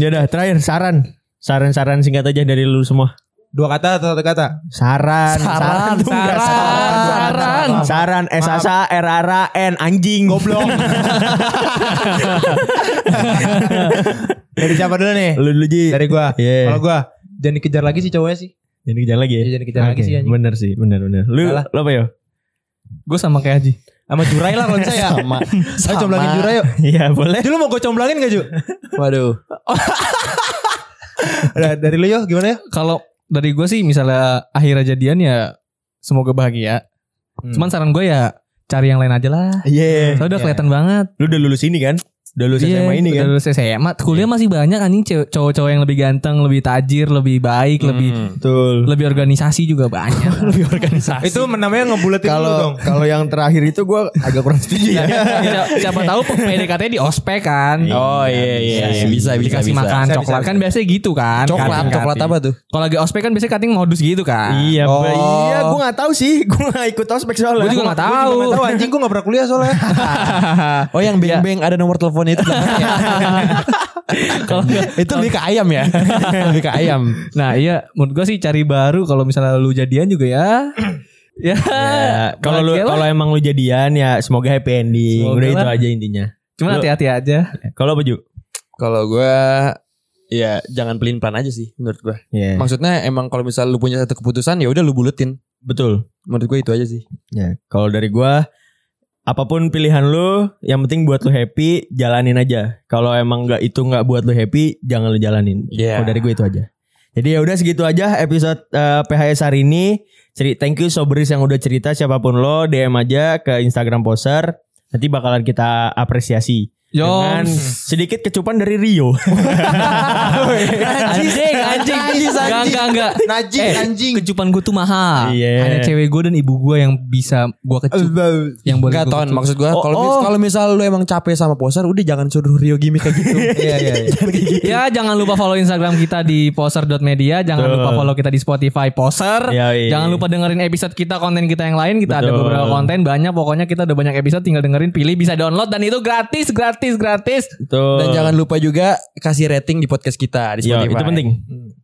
Speaker 2: Ya udah terakhir saran. Saran-saran singkat aja dari lu semua.
Speaker 1: Dua kata atau satu kata?
Speaker 2: Saran,
Speaker 4: Saran,
Speaker 2: tuh nggak
Speaker 4: saran,
Speaker 5: saran.
Speaker 2: saran, S A S A R A R A N anjing.
Speaker 1: Goblok. Dari siapa dulu nih?
Speaker 2: Lu dulu Ji.
Speaker 1: Dari gua.
Speaker 2: Iya.
Speaker 1: Kalau gua jangan dikejar lagi sih cowoknya sih.
Speaker 2: Jangan dikejar lagi ya.
Speaker 1: Iya, jangan dikejar lagi
Speaker 2: Oke,
Speaker 1: sih anjing.
Speaker 2: Bener sih, bener bener. Lu
Speaker 1: Salah.
Speaker 2: lu apa yo?
Speaker 5: Gue sama kayak Haji.
Speaker 1: Sama Jurai lah kalau
Speaker 4: ya.
Speaker 1: saya. Sama. Ayo
Speaker 4: Sama.
Speaker 1: comblangin Jurai yuk.
Speaker 2: Iya boleh.
Speaker 1: Ju, lu mau gue comblangin gak Ju?
Speaker 4: Waduh.
Speaker 1: Udah, dari lu yuk gimana yuk?
Speaker 5: Kalau dari gue sih misalnya akhirnya jadian ya semoga bahagia. Hmm. Cuman saran gue ya cari yang lain aja lah.
Speaker 2: Iya.
Speaker 5: Soalnya udah
Speaker 1: Iya.
Speaker 5: kelihatan banget.
Speaker 2: Lu udah lulus ini kan? Udah lulus
Speaker 5: Iya,
Speaker 2: SMA ini
Speaker 5: udah
Speaker 2: kan.
Speaker 5: lulus SMA. Kuliah masih banyak anjing cewek- cowok-cowok yang lebih ganteng, lebih tajir, lebih baik, lebih
Speaker 4: Hmm.
Speaker 2: Betul.
Speaker 5: lebih organisasi juga banyak. Hmm. lebih organisasi.
Speaker 1: Itu namanya ngebulatin lu dong.
Speaker 2: Kalau kalau yang terakhir itu gue agak kurang setuju ya.
Speaker 5: siapa tahu PDKT di ospek kan.
Speaker 4: Oh Iya. iya iya iya. bisa bisa
Speaker 5: dikasih
Speaker 4: bisa.
Speaker 5: makan
Speaker 1: Bisa, bisa,
Speaker 5: coklat
Speaker 1: bisa.
Speaker 5: kan biasanya gitu kan.
Speaker 4: Coklat iya.
Speaker 5: Cutting,
Speaker 4: coklat
Speaker 5: cutting.
Speaker 4: apa tuh?
Speaker 5: Kalau lagi ospek kan biasanya cutting modus gitu kan.
Speaker 2: Iya,
Speaker 4: Oh.
Speaker 2: Ba. iya gue gak tahu sih. Gue gak ikut ospek soalnya.
Speaker 5: Gue juga gak
Speaker 1: Gue
Speaker 5: tahu.
Speaker 1: juga nggak tahu anjing gue gak pernah kuliah soalnya.
Speaker 4: Oh yang beng beng ada nomor teleponnya itu. belakangnya.
Speaker 5: Kalau nggak-
Speaker 4: itu lebih ke ayam ya. lebih ke ayam.
Speaker 5: Nah iya menurut gue sih cari baru kalau misalnya lu jadian juga ya. ya.
Speaker 2: Ya, kalau lu
Speaker 5: bahagia lah.
Speaker 2: kalau emang lu jadian ya semoga happy ending.
Speaker 5: Semoga
Speaker 2: Udah itu
Speaker 5: lah.
Speaker 2: aja intinya.
Speaker 5: Cuman
Speaker 2: Lu-
Speaker 5: hati-hati aja.
Speaker 2: Kalau apa Ju?
Speaker 4: Kalau gue ya jangan pelin pelan aja sih menurut gue.
Speaker 2: Iya.
Speaker 4: Maksudnya emang kalau misal lu punya satu keputusan ya udah lu bulutin.
Speaker 2: Betul.
Speaker 4: Menurut gue itu aja sih.
Speaker 2: Ya, kalau dari gua apapun pilihan lu, yang penting buat lu happy, jalanin aja. Kalau emang nggak itu nggak buat lu happy, jangan lu jalanin.
Speaker 4: Iya.
Speaker 2: Kalau dari gue itu aja. Jadi ya udah segitu aja episode eh, PHS hari ini. Ceri thank you Sobris yang udah cerita siapapun lo DM aja ke Instagram Poser. Nanti bakalan kita apresiasi dengan
Speaker 5: Joms.
Speaker 2: sedikit kecupan dari Rio.
Speaker 5: anjing, anjing, Enggak, enggak, enggak.
Speaker 1: Najis
Speaker 5: Eh,
Speaker 1: anjing.
Speaker 5: Kecupan gue tuh mahal.
Speaker 2: Iya.
Speaker 5: Hanya cewek gue dan ibu gue yang bisa gue kecup. yang boleh
Speaker 4: Enggak
Speaker 5: gua
Speaker 4: ton
Speaker 5: kecup.
Speaker 4: maksud gue
Speaker 2: Oh,
Speaker 4: kalau mis-
Speaker 2: oh.
Speaker 4: kalau misal lu emang capek sama poser udah jangan suruh Rio gimmick kayak gitu.
Speaker 1: Iya iya. iya.
Speaker 5: Ya jangan lupa follow Instagram kita di poser.media Jangan
Speaker 2: Betul.
Speaker 5: lupa follow kita di Spotify poser
Speaker 2: Iya, iya.
Speaker 5: Jangan lupa dengerin episode kita Konten kita yang lain Kita ada
Speaker 2: Betul.
Speaker 5: beberapa konten Banyak pokoknya kita ada banyak episode Tinggal dengerin pilih bisa download Dan itu gratis gratis gratis
Speaker 2: Betul.
Speaker 4: Dan jangan lupa juga kasih rating di podcast kita di
Speaker 2: Yo,
Speaker 4: Spotify.
Speaker 2: itu penting.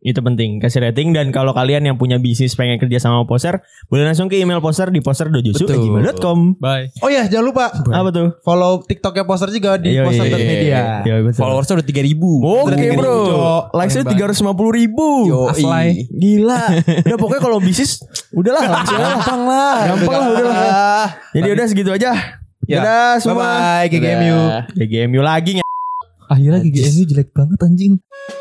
Speaker 2: Itu penting. Kasih rating dan kalau kalian yang punya bisnis pengen kerja sama poser, boleh langsung ke email poser di
Speaker 4: eh,
Speaker 2: poser.jusu@gmail.com.
Speaker 5: Bye
Speaker 1: Oh iya jangan lupa
Speaker 2: Apa tuh?
Speaker 1: follow TikToknya poster juga di
Speaker 2: Iya, iya,
Speaker 1: poster
Speaker 4: iya,
Speaker 1: media.
Speaker 2: Yo, betul.
Speaker 4: Followersnya udah 3000 ribu.
Speaker 2: Oke bro, likes
Speaker 5: Keren
Speaker 2: tiga ratus lima puluh ribu.
Speaker 5: Aslay.
Speaker 2: Gila. Udah pokoknya kalau bisnis, udahlah langsung aja.
Speaker 4: Gampang lah.
Speaker 2: Gampang lah, udah lah. Jadi udah segitu aja.
Speaker 1: Ya. Bye
Speaker 2: Dadah semua.
Speaker 1: bye GGMU.
Speaker 2: GGMU lagi
Speaker 5: Akhirnya GGMU jelek banget anjing